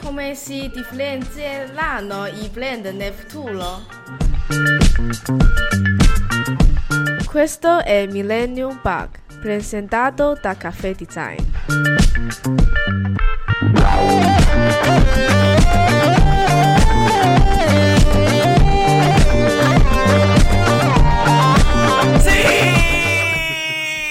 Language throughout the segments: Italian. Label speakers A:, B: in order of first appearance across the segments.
A: Come si differenzieranno i brand nel futuro? Questo è Millennium Bug, presentato da Caffè Design.
B: Sì!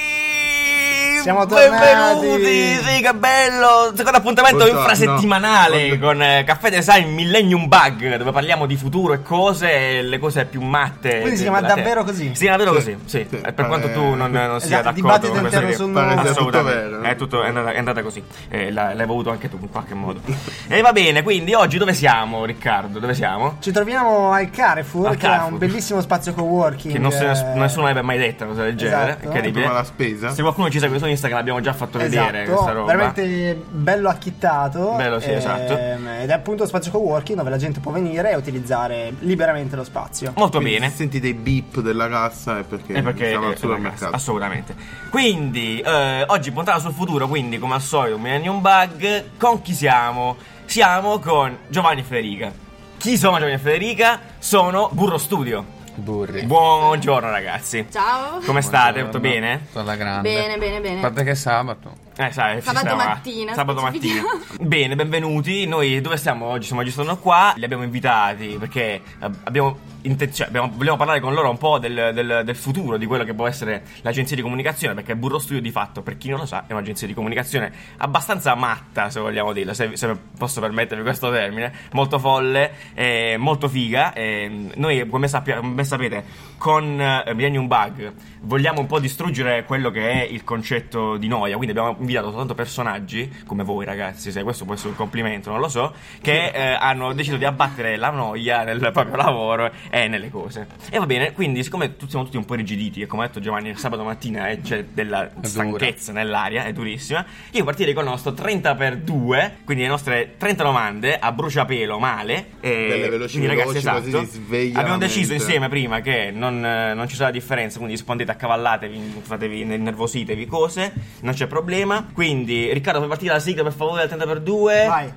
C: Siamo tornati!
B: Benvenuti! Sì, che bello! Secondo appuntamento
C: Buongiorno.
B: infrasettimanale
C: Buongiorno.
B: con eh, Caffè Design Millennium Bug, dove parliamo di futuro e cose, e le cose più matte.
C: Quindi si
B: della
C: chiama
B: Terra.
C: davvero così?
B: Si chiama davvero
D: Sì.
B: così, sì.
D: Sì.
B: Eh, Per quanto tu non, non sia
C: Esatto,
B: d'accordo
C: il dibattito
B: con questa
C: interno
B: che-
C: sul-
D: Pare sia tutto
B: Assolutamente.
D: vero.
B: È, tutto- è andata, è andata così. Eh, la- l'hai voluto anche tu in qualche modo. e va bene, quindi oggi dove siamo, Riccardo? Dove siamo?
C: Ci troviamo al Carrefour,
B: Al
C: che ha
B: Carrefour.
C: un bellissimo spazio co-working.
B: Che non se-
C: eh,
B: nessuno avrebbe mai detto una cosa del genere.
C: Esatto.
B: Incredibile.
D: Prima la spesa.
B: Se qualcuno ci segue su Instagram abbiamo già fatto vedere
C: Esatto,
B: questa roba.
C: veramente bello acchittato. ehm,
B: Bello, sì, esatto.
C: Ed è appunto spazio co-working dove la gente può venire e utilizzare liberamente lo spazio.
B: Molto
D: Quindi
B: bene.
D: se Senti dei beep della cassa è perché,
B: Eh, perché
D: siamo
B: eh,
D: al supermercato.
B: assolutamente. Quindi, eh, oggi puntata sul futuro, quindi come al solito Millennium Bug, con chi siamo? Siamo con Giovanni e Federica. Chi sono Giovanni e Federica? Sono Burro Studio.
E: Burri.
B: Buongiorno ragazzi.
F: Ciao.
B: Come state?
E: Buongiorno.
B: Tutto Ah, bene?
E: Tutto alla grande.
F: Bene, bene, bene.
E: A parte che è sabato.
B: Eh, sai, ci
F: Sabato
B: siamo, eh.
F: mattina,
B: Sabato mattina.
F: specifichiamo.
B: Bene, benvenuti. Noi dove siamo oggi? Siamo oggi sono qua. Li abbiamo invitati perché eh, abbiamo intenzio- abbiamo- vogliamo parlare con loro un po' del, del- del futuro, di quello che può essere l'agenzia di comunicazione. Perché Burro Studio, di fatto, per chi non lo sa, è un'agenzia di comunicazione abbastanza matta, se vogliamo dirla, se, se posso permettermi questo termine. Molto folle, eh, molto figa. Eh, noi, come, sappia- come sapete, con eh, Millennium Bug vogliamo un po' distruggere quello che è il concetto di noia. Quindi abbiamo invitato soltanto personaggi come voi, ragazzi. Se questo può essere un complimento, non lo so. Che eh, hanno deciso di abbattere la noia nel proprio lavoro e nelle cose. E va bene, quindi, siccome tu- siamo tutti un po' rigiditi, e come ha detto Giovanni, il sabato mattina eh, c'è della
E: dura.
B: stanchezza nell'aria, è durissima. Io partirei con il nostro 30x2, quindi le nostre 30 domande a bruciapelo male. E
D: Belle, veloci,
B: Eh, quindi, ragazzi,
D: veloci, così
B: esatto.
D: si sveglia
B: Abbiamo
D: la
B: deciso
D: mente.
B: insieme prima che non, eh, non ci sarà differenza, quindi rispondete accavallatevi, fatevi, nervositevi cose, non c'è problema. Quindi, Riccardo, puoi partire la sigla per favore del 30x2?
C: Vai.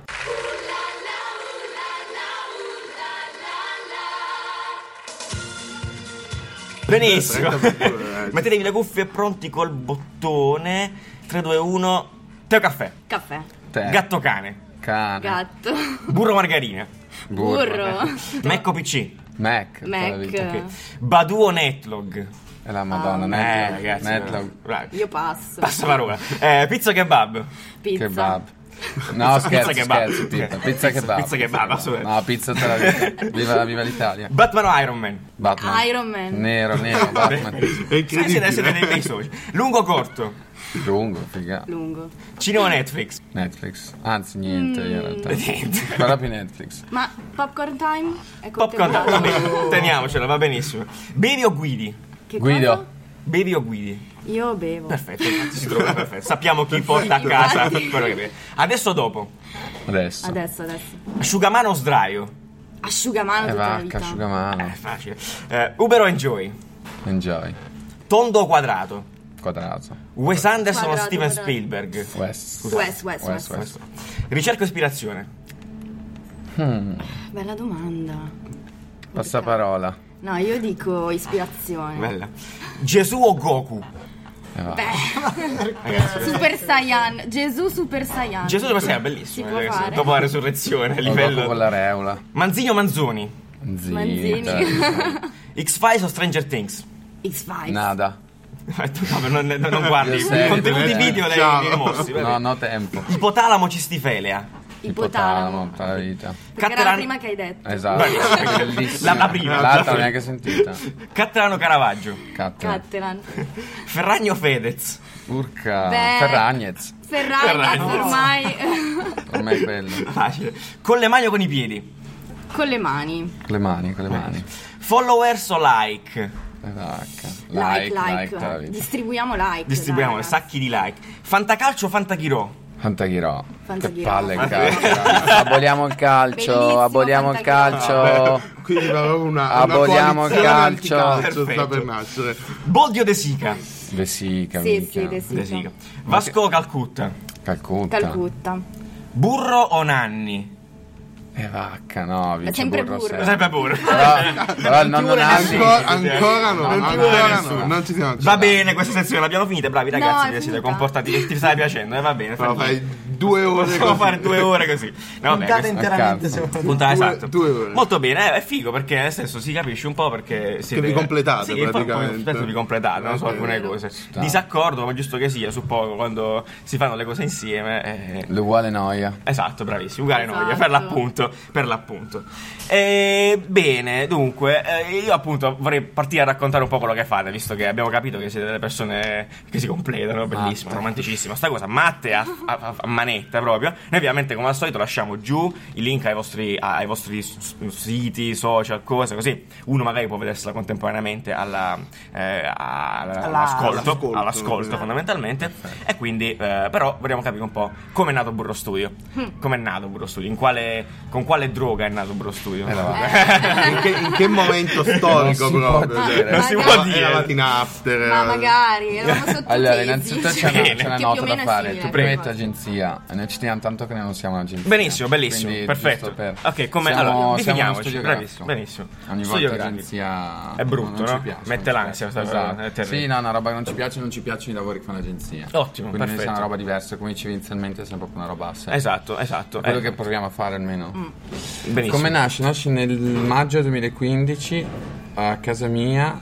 B: Benissimo.
D: 30x2, eh.
B: Mettetevi le cuffie pronti col bottone. 3, 2, 1. Teo caffè.
F: Caffè.
D: Eh.
E: Te.
B: Gatto cane.
E: Cane.
F: Gatto.
B: Burro margarina.
F: Burro.
B: Mecco PC.
E: Eh. Mac. tutta
F: Mac.
E: la vita.
B: Ok. Badu o Netlog.
E: E la madonna.
F: Ah.
B: Eh,
E: Netlog.
B: ragazzi.
E: Netlog.
B: Right.
F: Io passo.
B: Passa la parola. Eh, pizza kebab.
F: Pizza.
E: Kebab. No, scherzo,
B: kebab.
E: scherzo, tipo.
B: Ok.
E: Pizza kebab.
B: Pizza kebab, assolutamente.
E: No, pizza tutta la vita. Viva, viva l'Italia.
B: Batman o Iron Man.
E: Batman.
F: Iron Man.
E: Nero, nero, Batman.
D: È
B: Sì, sì,
D: incredibile.
B: adesso siete dei soci. Lungo o corto?
E: Lungo, figa.
F: Lungo.
B: Cinema o Netflix?
E: Netflix. Anzi, niente,
F: Mm.
E: in realtà.
B: Niente.
E: Guarda più Netflix.
F: Ma popcorn time? È
B: Popcorn,
F: contemporaneo.
B: va bene, teniamocela, va benissimo. Bevi o guidi?
F: Che
E: Guido.
F: cosa?
B: Bevi o guidi?
F: Io bevo.
B: Perfetto, infatti si trova perfetto. Sappiamo chi porta a casa
F: Infatti.
B: quello che beve. Adesso o dopo?
E: Adesso.
F: Adesso, adesso.
B: Asciugamano o sdraio?
F: Asciugamano
E: E
F: tutta la
E: vacca,
F: vita.
B: Eh,
E: asciugamano.
B: facile. Eh, Uber o Enjoy?
E: Enjoy.
B: Tondo o quadrato?
E: Quadrato.
B: Wes Anderson o
F: Quadrato,
B: Steven
F: quadrato.
B: Spielberg?
E: West.
F: West, West, West.
E: West.
B: Ricerca e ispirazione.
F: Bella domanda.
E: Passaparola.
F: No, io dico ispirazione.
B: Bella. Gesù o Goku?
E: E va.
F: Super Saiyan. Gesù Super Saiyan.
B: Gesù deve essere
F: Si
B: bellissimo, eh,
F: può
B: ragazzi,
F: fare.
B: dopo la resurrezione, a
E: Lo dopo con
B: livello...
E: la reola.
B: Manzini o Manzoni?
F: Manzini.
E: Zitta.
B: X-Files o Stranger Things?
F: X-Files.
E: Nada.
B: Eh, tu no, non, non- non guardi,
E: Io serio,
B: i contenuti
E: veramente.
B: video dai
D: Ciao.
B: dai rimossi. vabbè.
E: No, no tempo.
B: Ipotalamo cistifelea.
F: Ipotalamo.
E: tutta la vita.
F: Perché era
B: Cattelan-
F: la prima che hai detto.
E: Esatto. Bellissima.
B: La- la prima.
E: L'altra non neanche sentita.
B: Cattelano Caravaggio.
E: Cattera.
F: Cattelan.
B: Ferragno Fedez.
E: Urca.
F: Beh.
E: Ferragnez.
F: Ferragna
B: Ferragna.
F: ormai.
E: Ormai è quello.
B: Facile. Con le mani o con i piedi?
F: Con le mani.
E: Con le mani, con le mani.
B: Followers o like?
E: E vacca.
F: Like, like.
E: tutta la vita.
F: Distribuiamo like.
B: Distribuiamo
F: dai,
B: sacchi di like. Fantacalcio o Fantachirò?
E: Fantaghirò. Che
F: Fantaghirò.
E: palle il calcio. ragazzi. Aboliamo il calcio.
F: Bellissimo
E: Aboliamo il
F: Fantaghirò.
B: Ah,
E: calcio.
D: Quindi va proprio una, una
E: Aboliamo il
D: coalizione
E: calcio.
D: anticalcio sta
B: Perfetto.
D: per nascere.
B: Boldio De Sica.
E: Vesica,
F: Sì, sì,
E: minchia.
F: De Sica.
B: De Sica. Vasco o Calcutta?
E: Calcutta.
F: Calcutta.
B: Burro o nanni?
E: E Eh, vacca, no, vince
F: sempre
E: burro,
D: Eh.
F: burro.
E: sempre.
B: Sempre burro.
E: Però, però il nonno
B: Ah,
E: Nanni...
D: Ancora, ancora no,
E: Non ci vuole
D: ancora
E: nessuno.
D: no, non ci siamo
B: Va
D: arrivati.
B: bene, questa sezione l'abbiamo finita, bravi
F: No,
B: ragazzi,
F: è
B: vi siete
F: finita.
B: comportati, ti- ti stai piacendo, eh, va bene. fa
D: Però
B: niente.
D: fai due ore
B: Possiamo
D: così.
B: fare due ore così. No, vabbè,
C: Puntata
B: questa-
C: interamente
E: cazzo.
C: su.
B: puntata
D: Due-
B: esatto.
D: due ore.
B: Molto bene, eh, è figo perché nel senso si capisce un po' perché siete,
D: vi completate,
B: sì, che poi- poi
D: praticamente. Eh,
B: penso vi completate, non so,
D: Ok.
B: alcune cose. Disaccordo, ma giusto che sia, suppongo, quando si fanno le cose insieme. eh,
E: L'uguale noia.
B: Esatto, bravissimo, uguale
F: Esatto.
B: noia, per l'appunto, per l'appunto. Eh, bene, dunque, eh, io appunto vorrei partire a raccontare un po' quello che fate, visto che abbiamo capito che siete delle persone che si completano, bellissimo,
E: Matte.
B: romanticissimo, sta cosa, matte a, a- a- a manetta proprio. Noi ovviamente come al solito lasciamo giù i link ai vostri, a- ai vostri s- s- siti, social, cose così, uno magari può vedersela contemporaneamente alla, eh, alla- all'ascolto,
D: all'ascolto.
E: eh.
B: all'ascolto fondamentalmente. E quindi, eh, però, vogliamo capire un po' come è nato Burro Studio. Come è nato Burro Studio? In quale, con quale droga è nato Burro Studio?
E: Eh,
D: In che, in che momento storico
E: Non si può
D: proprio?
E: dire.
B: Non si
D: Era-
B: può
D: era
B: dire.
D: la mattina after.
F: Ma
D: era-
F: magari, eravamo sottotesi.
E: Allora, innanzitutto c'è una,
B: Bene.
E: c'è una
F: Che più o
E: nota
F: meno
E: da
F: è
E: fare.
F: simile,
E: Tu
F: ecco.
E: premetti agenzia. E noi ci teniamo tanto che noi non siamo un'agenzia.
B: Benissimo, bellissimo,
E: Quindi,
B: perfetto.
E: giusto per-
B: Ok, come
E: siamo,
B: allora,
E: siamo uno
B: definiamoci,
E: studio
B: bravissimo,
E: grafico.
B: benissimo.
E: Ogni
B: Studio
E: volta
B: grafico.
E: agenzia
B: È brutto,
E: non ci
B: no?
E: piace,
B: Mette
E: non ci
B: l'ansia,
E: piace. Esatto.
B: sta- è terribile.
E: Sì, no, una roba che non ci piace, non ci piacciono i lavori che fa l'agenzia.
B: Ottimo,
E: Quindi noi
B: perfetto.
E: siamo una roba diversa, come dicevi inizialmente è sempre una roba a sé.
B: Esatto, esatto.
E: È quello
B: eh,
E: che proviamo a fare almeno.
F: Mm.
B: benissimo.
E: Come nasce? Nasce nel maggio 2015 a casa mia.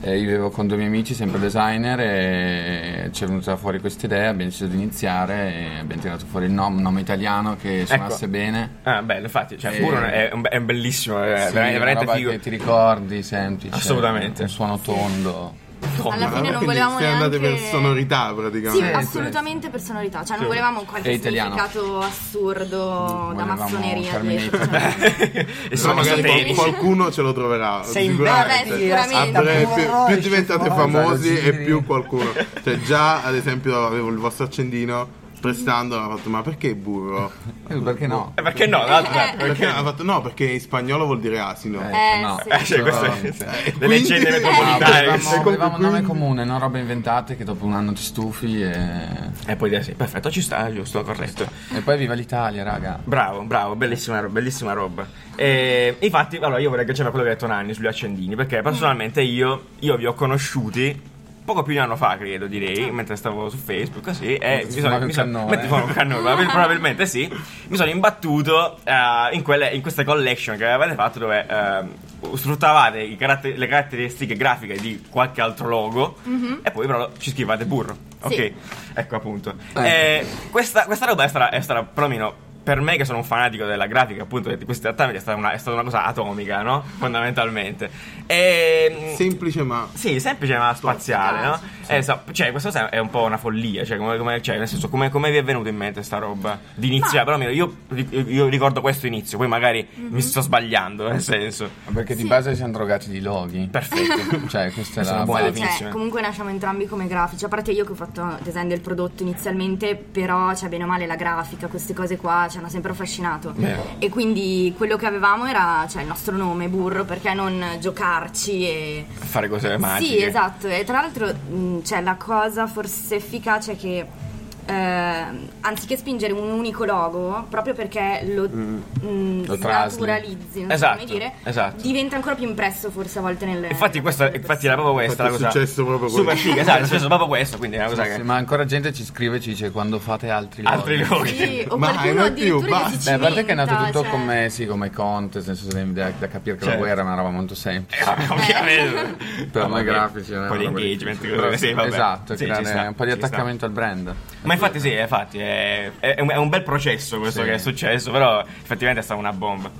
E: eh, io vivevo con due miei amici, sempre designer, e ci è venuta fuori questa idea. Abbiamo deciso di iniziare e abbiamo tirato fuori il nome, un nome italiano
B: Ecco.
E: che suonasse bene.
B: Ah, bello, infatti, cioè,
E: Eh,
B: Burro è, un- è un bellissimo, è
E: Sì,
B: Eh, veramente,
E: una
B: veramente
E: roba
B: figo.
E: che ti ricordi, semplice.
B: Assolutamente.
E: Un suono tondo.
B: Madonna.
F: Alla fine non
D: Quindi
F: volevamo
D: siete andate
F: neanche-
D: per sonorità
F: Sì,
D: praticamente.
F: assolutamente per sonorità, cioè non
B: Sì.
F: volevamo qualche
E: È italiano.
F: significato assurdo da
E: Volevamo
F: massoneria
E: Terminator.
F: dietro. cioè.
B: e
D: Però
B: sono
D: magari
B: esoterici.
D: qual- qualcuno ce lo troverà.
C: Sei in
D: sicuramente.
F: Beh, sicuramente.
D: A breve, più, più diventate
C: Esci
D: famosi
E: fuori.
D: e più qualcuno. Cioè, già ad esempio avevo il vostro accendino. Prestando, mi ha fatto, ma perché burro?
E: Eh, Perché no?
B: Eh, Perché no? Tra l'altro,
D: Perché ha fatto, no, perché in spagnolo vuol dire asino.
F: Eh,
E: no.
F: sì.
B: eh, cioè, questo
E: Eh,
B: è delle
D: quindi-
B: leggende
D: Eh,
E: No,
B: metropolitane.
E: avevamo, avevamo un nome comune, non robe inventate che dopo un anno ti stufi e...
B: E Eh, poi dire sì, perfetto, ci sta, giusto, corretto.
E: E poi viva l'Italia, raga.
B: Bravo, bravo, bellissima roba, bellissima roba. E, infatti, allora io vorrei agganciarmi a quello che ha detto Nanni sugli accendini,
E: Mm.
B: perché personalmente io, io vi ho conosciuti poco più di un anno fa, credo,
E: Mm.
B: direi, mentre stavo su Facebook, così, e
E: Mentre
B: mi
E: ti
B: sono,
E: fumavi un
B: mi sono-
E: cannone.
B: mentre fumavo un cannone, probabil- probabilmente sì, mi sono imbattuto eh, in, quelle, in queste collection che avevate fatto dove ehm, sfruttavate i caratter- le caratteristiche grafiche di qualche altro logo
E: Mm-hmm.
B: e poi però ci scrivate burro, ok?
F: Sì.
B: Ecco appunto.
E: Ecco.
B: Eh, questa, questa roba è stata, è stata perlomeno per me che sono un fanatico della grafica appunto di questi trattamenti è stata una, è stata una cosa atomica, no? Fondamentalmente. E,
D: Semplice ma
B: sì, semplice ma spaziale, no? Eh, so- cioè, questo sa- è un po' una follia, cioè, come, come- cioè, nel senso, come, come vi è venuto in mente sta roba? Di iniziare, però almeno io, io- io ricordo questo inizio, poi magari
F: Mm-hmm.
B: mi sto sbagliando, nel senso.
E: Perché di base siamo drogati di loghi.
B: Perfetto.
E: Cioè, questa è
B: Sono
E: la
B: buone
E: base.
F: Sì, cioè,
B: definizione.
F: comunque nasciamo entrambi come grafici, a parte io che ho fatto design del prodotto inizialmente, però cioè, bene o male la grafica, queste cose qua ci hanno sempre affascinato.
B: Vero.
F: E quindi quello che avevamo era cioè, il nostro nome, burro, perché non giocarci e...
B: Fare cose magiche.
F: Sì, esatto. E tra l'altro, mh, cioè, la cosa forse efficace è che ehm, anziché spingere un unico logo, proprio perché lo, mh,
E: Lo trasli.
F: snaturalizzi, non so
B: Mm. Esatto,
F: come dire,
B: esatto.
F: diventa ancora più impresso forse a volte nel
B: Infatti, questa, infatti era proprio questa
D: Infatti
B: la
D: è
B: cosa.
D: successo proprio
B: Super
D: questo.
B: figa, esatto, è successo proprio questo, quindi è una cosa
E: Sì,
B: che.
E: ma ancora gente ci scrive e ci dice quando fate altri loghi.
B: Altri luoghi.
F: Sì, o
D: Ma
F: qualcuno
D: non è più,
F: addirittura che
D: basta.
F: si
E: Beh, a parte che è nato
F: cimenta,
E: tutto
F: cioè-
E: come, sì, come contest, nel senso da, da capire che
B: Certo.
E: la guerra è una roba molto semplice.
B: Ovviamente.
E: Per noi
B: Vabbè,
E: grafici, è una
B: Un po' di
E: roba
B: engagement,
E: difficile.
B: cose- sì, vabbè.
E: Esatto,
B: Sì, ci
E: creare
B: sta,
E: un po' di
B: ci sta.
E: attaccamento al brand.
B: Ma infatti sì, infatti è, è- è un, è un bel processo questo
E: Sì.
B: che è successo, però effettivamente è stata una bomba.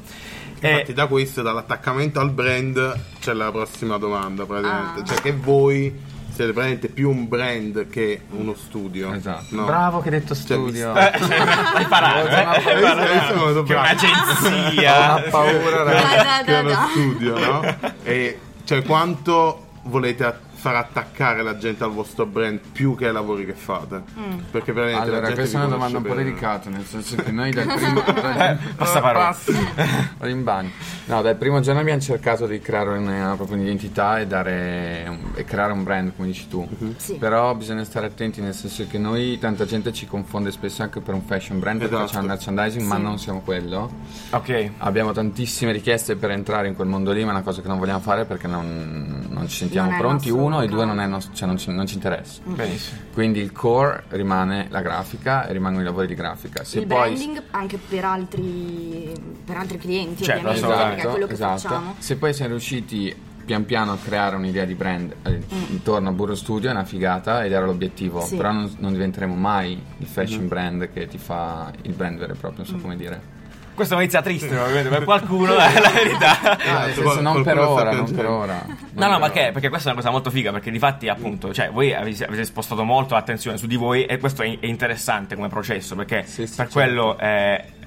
B: Eh,
D: Infatti
B: E,
D: da questo, dall'attaccamento al brand, c'è la prossima domanda praticamente.
F: Ah.
D: Cioè che voi siete praticamente più un brand che uno studio.
E: Esatto.
D: No?
E: Bravo che hai detto
D: Cioè,
E: studio.
B: hai parato, eh?
E: Ho
B: Hai
D: paura.
B: parato.
D: Sono molto
B: Che è
D: bravo.
E: Ho
B: un'agenzia.
E: una
D: Che
E: paura, raga.
F: Da, da,
D: è
F: da,
D: uno
F: da.
D: studio, no? E cioè quanto volete a- far attaccare la gente al vostro brand più che ai lavori che fate?
F: Mm.
D: Perché veramente la
E: Allora,
D: gente
E: questa è
D: vi
E: una
D: conosce
E: domanda un po'
D: bene. Eh,
E: delicata, nel senso che noi dal primo...
B: Passa parola.
E: Rimbangi. No, dal primo giorno abbiamo cercato di creare una propria identità e, dare un- e creare un brand, come dici tu.
D: Mhm.
F: Sì.
E: Però bisogna stare attenti, nel senso che noi tanta gente ci confonde spesso anche per un fashion brand perché
D: Esatto.
E: c'è un merchandising, ma non siamo quello.
B: Ok.
E: Abbiamo tantissime richieste per entrare in quel mondo lì, ma è una cosa che non vogliamo fare perché non, non ci sentiamo
F: Non è il
E: pronti.
F: nostro Mm.
E: Uno e due
F: mercato.
E: non, è il nostro- cioè, non ci, non ci interessa.
B: Benissimo.
E: Quindi il core rimane la grafica e rimangono i lavori di grafica. Se
F: il
E: poi
F: branding anche per altri, per altri clienti,
E: Cioè,
B: Certo,
F: ovviamente,
B: assolutamente,
F: perché è quello che facciamo.
E: Esatto, Se poi siamo riusciti pian piano a creare un'idea di brand eh, intorno a Burro Studio è una figata ed era l'obiettivo,
F: Mm. Sì.
E: però non, non diventeremo mai il
B: Mm-hmm.
E: fashion brand che ti fa il brand vero e proprio, non
F: Mm.
E: so come dire.
B: Questa è una notizia triste, probabilmente, per qualcuno, è la verità.
E: Ah, nel
D: se
E: senso,
D: Eh, esatto, qual-
E: non per
D: qualcuno sta
E: ora, non per
D: piangendo.
E: ora.
B: No,
E: Non
B: no,
E: per
B: perché,
E: ora.
B: perché questa è una cosa molto figa, perché di fatti, appunto, cioè, voi avete, avete spostato molto l'attenzione su di voi e questo è, è interessante come processo, perché
E: Sì, sì,
B: per
E: certo.
B: quello, eh,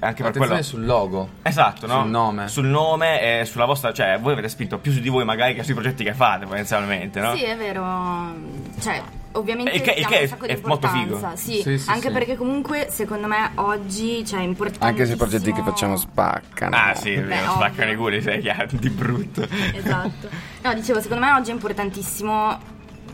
B: anche per
E: Attenzione
B: quello...
E: sul logo.
B: Esatto, no?
E: sul nome.
B: Sul nome e sulla vostra... Cioè, voi avete spinto più su di voi magari che sui progetti che fate, potenzialmente, no?
F: Sì, è vero. Cioè, ovviamente
B: E che- e
F: diamo
B: che
F: un
B: è-
F: sacco
B: è
F: di
B: molto figo.
F: importanza, Sì,
E: Sì, sì,
F: anche
E: sì.
F: perché comunque secondo me oggi cioè, è importante.
E: Anche se i progetti che facciamo spaccano.
B: Ah, sì, è
F: Beh,
B: vero,
F: ovvio.
B: spaccano i culi, sei chiaro, di brutto.
F: Esatto. No, dicevo, secondo me oggi è importantissimo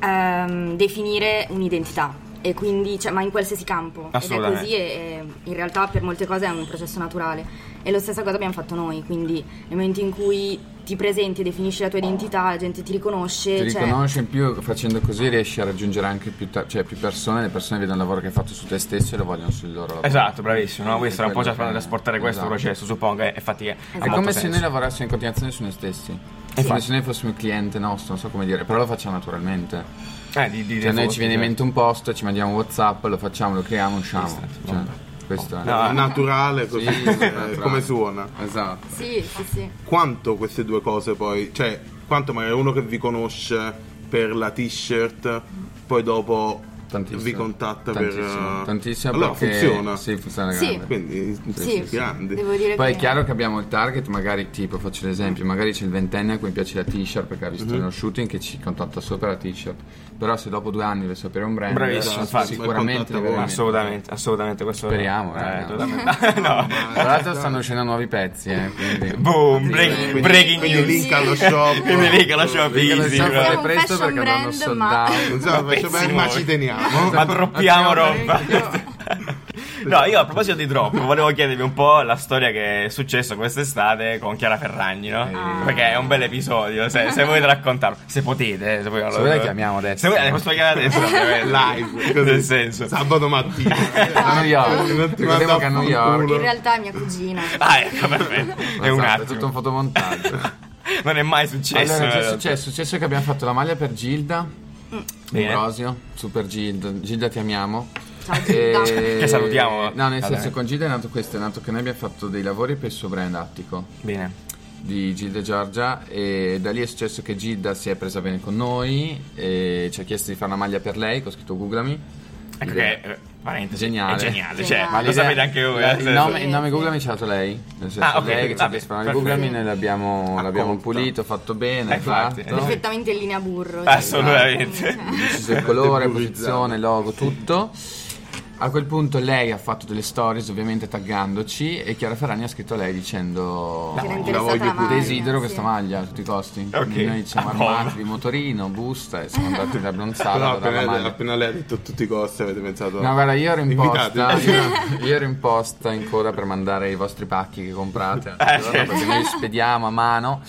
F: ehm, definire un'identità. E quindi, cioè, ma in qualsiasi campo. Ed è
B: Assolutamente.
F: così e, e in realtà per molte cose è un processo naturale. E lo stessa cosa abbiamo fatto noi. Quindi nel momento in cui ti presenti e definisci la tua identità, la gente ti riconosce.
E: Ti
F: cioè,
E: riconosci in più, facendo così riesci a raggiungere anche più, ta- cioè, più persone, le persone vedono il lavoro che hai fatto su te stesso e lo vogliono sul loro lavoro.
B: Esatto, bravissimo, no? Voi state un po' già
E: Quello che-
B: provando a trasportare questo
E: esatto.
B: processo, suppongo, e infatti
F: Esatto.
B: è, ha
E: È
B: molto
E: come se
B: senso.
E: noi lavorassimo in continuazione su noi stessi.
B: Sì.
E: Come se noi fossimo il cliente nostro, non so come dire, però lo facciamo naturalmente.
B: Eh, di, di,
E: Cioè,
B: di-
E: noi ci viene in mente un post, ci mandiamo un WhatsApp, lo facciamo, lo creiamo, usciamo. Cioè, questo è.
B: Esatto, No,
D: È naturale così
E: Sì,
D: eh,
E: naturale.
D: come suona.
E: Esatto.
F: Sì, sì, sì.
D: Quanto queste due cose poi, cioè, quanto magari uno che vi conosce per la t-shirt, poi dopo
E: Tantissimo.
D: vi contatta
E: Tantissimo.
D: per eh,
E: Tantissimo
D: allora
E: perché-
D: funziona.
E: Sì, funziona
F: Sì.
E: grande.
D: Quindi
F: Sì,
D: siete
F: sì.
D: grandi.
F: Devo dire
E: Poi
F: che
E: è chiaro che abbiamo il target, magari tipo faccio l'esempio, magari c'è il ventenne a cui piace la t-shirt perché ha visto
B: Mhm.
E: nello shooting che ci contatta sopra la t-shirt. Però se dopo due anni deve sapere un brand,
B: Bravissimo,
E: eh,
B: infatti.
E: sicuramente
D: Ma
E: lo
D: contatta
E: veramente.
B: Assolutamente, assolutamente, questo
E: Speriamo,
B: eh,
E: eh,
B: totalmente. no.
E: Tra l'altro stanno uscendo nuovi pezzi, eh, quindi.
B: Boom, break-
D: Quindi-
B: breaking
D: quindi
B: news.
D: link allo shop.
B: Quindi link allo shop
E: Perché lo
B: easy,
E: so
B: bro.
E: fare
F: Siamo un
E: presto
F: fashion
E: perché vanno
F: brand,
E: sold
F: ma-
E: out.
D: Insomma,
B: Pezzi
D: faccio bene, ma
B: nuovi.
D: ci teniamo.
B: Ma droppiamo
E: Abbiamo
B: roba. No, io a proposito di drop, volevo chiedervi un po' la storia che è successa quest'estate con Chiara Ferragni, no? Perché è un bel episodio, se, se volete raccontarlo, se potete, eh, se voi non lo-
E: Se volete la chiamiamo adesso.
B: Se volete la possiamo chiamare adesso, ovviamente.
D: Live, così.
B: nel senso.
D: Sabato mattina.
E: A New York.
D: Non ti
E: Ricordiamo
D: manda
E: che a New
D: a
E: York.
D: fanculo.
F: in realtà è mia cugina.
B: Ah, ecco, perfetto. È un
E: Esatto,
B: attimo.
E: È tutto un fotomontaggio.
B: Non è mai successo. eh.
E: allora, che
B: in
E: è
B: realtà.
E: successo? È successo che abbiamo fatto la maglia per Gilda.
B: Mm. Bene.
E: Ambrosio, super Gilda. Gilda ti amiamo.
F: Ciao, Gilda.
E: E-
B: Che salutiamo.
E: No, nel
B: Vabbè.
E: senso con Gilda è nato questo, è nato che noi abbiamo fatto dei lavori per il suo brand Attico
B: Bene.
E: di Gilda e Giorgia e da lì è successo che Gilda si è presa bene con noi e ci ha chiesto di fare una maglia per lei, che ho scritto Googlami.
B: Ecco
E: L'idea-
B: che, eh, parentesi,
E: Geniale.
B: è geniale, cioè,
F: Geniale. Ma
B: lo
E: l'idea-
B: sapete anche voi.
E: la-
B: eh,
E: Il
B: se-
E: nome,
F: Sì,
E: il nome
F: sì.
E: Googlami ce l'ha dato lei. Nel senso,
B: Ah, ok,
E: lei che ci ha
B: vabbè,
E: chiesto il nome di
B: perfetto.
E: Googlami, noi l'abbiamo, l'abbiamo
D: Accolto.
E: pulito, fatto bene.
B: Eh, infatti,
E: fatto.
F: Perfettamente in linea burro. cioè,
B: Assolutamente.
E: deciso il colore,
D: Debullizzato.
E: posizione, logo, tutto. A quel punto lei ha fatto delle stories ovviamente taggandoci e Chiara Ferragni ha scritto a lei dicendo
F: Che era
D: la
F: interessata
D: voglio
F: la
D: pure.
F: maglia,
E: desidero
F: sì.
E: questa maglia a tutti i costi.
B: Ok.
E: Quindi noi ci siamo
B: Ah, buono.
E: armati di motorino, busta e siamo andati da
D: Però
E: Bronzala per la
D: appena,
E: maglia.
D: appena lei ha detto tutti i costi avete pensato...
E: No, guarda, io ero in posta.
D: Invitate.
E: Io, io ero in posta in coda per mandare i vostri pacchi che comprate.
B: Eh, sì.
E: Perché noi li spediamo a mano.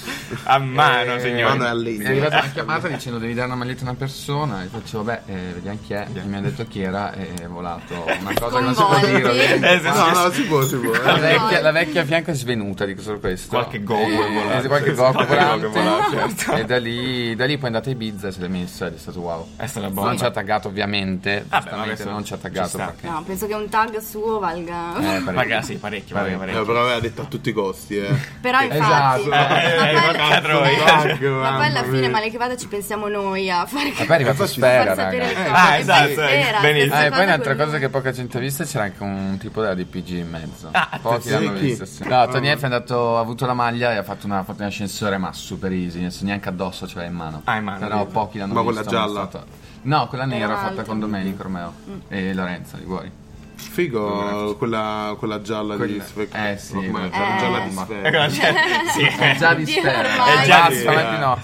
B: A mano,
E: Eh,
B: signore.
D: Mano alla
E: Mi
D: linea.
E: è arrivata una chiamata dicendo devi dare una maglietta a una persona e faccio vabbè eh, vediamo chi è e mi ha detto chi era e è volato una cosa che non si può
F: Sconvolti.
E: dire ovviamente.
B: Eh, se-
D: No, no, si può, si può.
E: la
D: eh.
E: vecchia, la vecchia a fianco è svenuta dico solo questo
B: Qualche gocco è volato,
E: eh, qualche
B: sì,
E: gocco
B: qualche
E: volante.
B: gocco è volato, certo.
E: e da lì, da lì poi è andata a Ibiza e se l'è messa ed è stato wow Boh,
B: È stata
E: non
B: bomba.
E: ci ha taggato ovviamente
B: ma
E: giustamente
B: questo
E: non ci ha
B: ci
E: taggato
B: sta.
E: perché
F: No, penso che un tag suo valga.
E: eh,
B: Ma ragazzi, parecchio, parecchio,
D: Eh,
B: parecchio.
D: però aveva detto a tutti i costi, eh.
F: Però infatti.
E: Esatto.
F: Ma
B: Eh, eh,
F: poi-
B: porca troia.
D: Tag,
F: Ma
D: mamma
F: poi alla fine,
D: mia.
F: male che vada, ci pensiamo noi a fare
E: e poi è arrivato Sfera
F: far sapere
E: raga
F: le cose.
B: Ah,
F: E poi
B: esatto,
F: Sfera,
B: benissimo.
E: Ah,
F: stessa
E: e poi un'altra
F: con-
E: cosa che poca gente ha vista c'era anche un tipo della DPG in mezzo.
B: Ah,
E: Pochi
D: attenzione.
E: l'hanno
D: Chi?
E: vista. sì. No, Tony F è andato, ha avuto la maglia e ha fatto una foto in ascensore, ma super easy, nel senso neanche addosso ce l'ha in mano.
B: Ah, in mano.
E: Però pochi l'hanno
D: Ma
E: vista.
D: quella gialla?
E: ma è stata- No, quella nera
F: Era Mm.
E: fatta
F: alta.
E: con Domenico Romeo e Lorenzo Liguori.
D: Figo quella, quella gialla di
E: Quella-
D: Sveglia.
E: eh, sì, Eh,
D: Ormai, cioè,
E: quella
D: gialla- gialla di
E: gialla.
D: Sveglia.
B: Ecco, cioè, sì,
E: È già di
F: Oddio,
E: sfera.
F: ormai.
E: È già di
D: Sì.
E: sfera. no.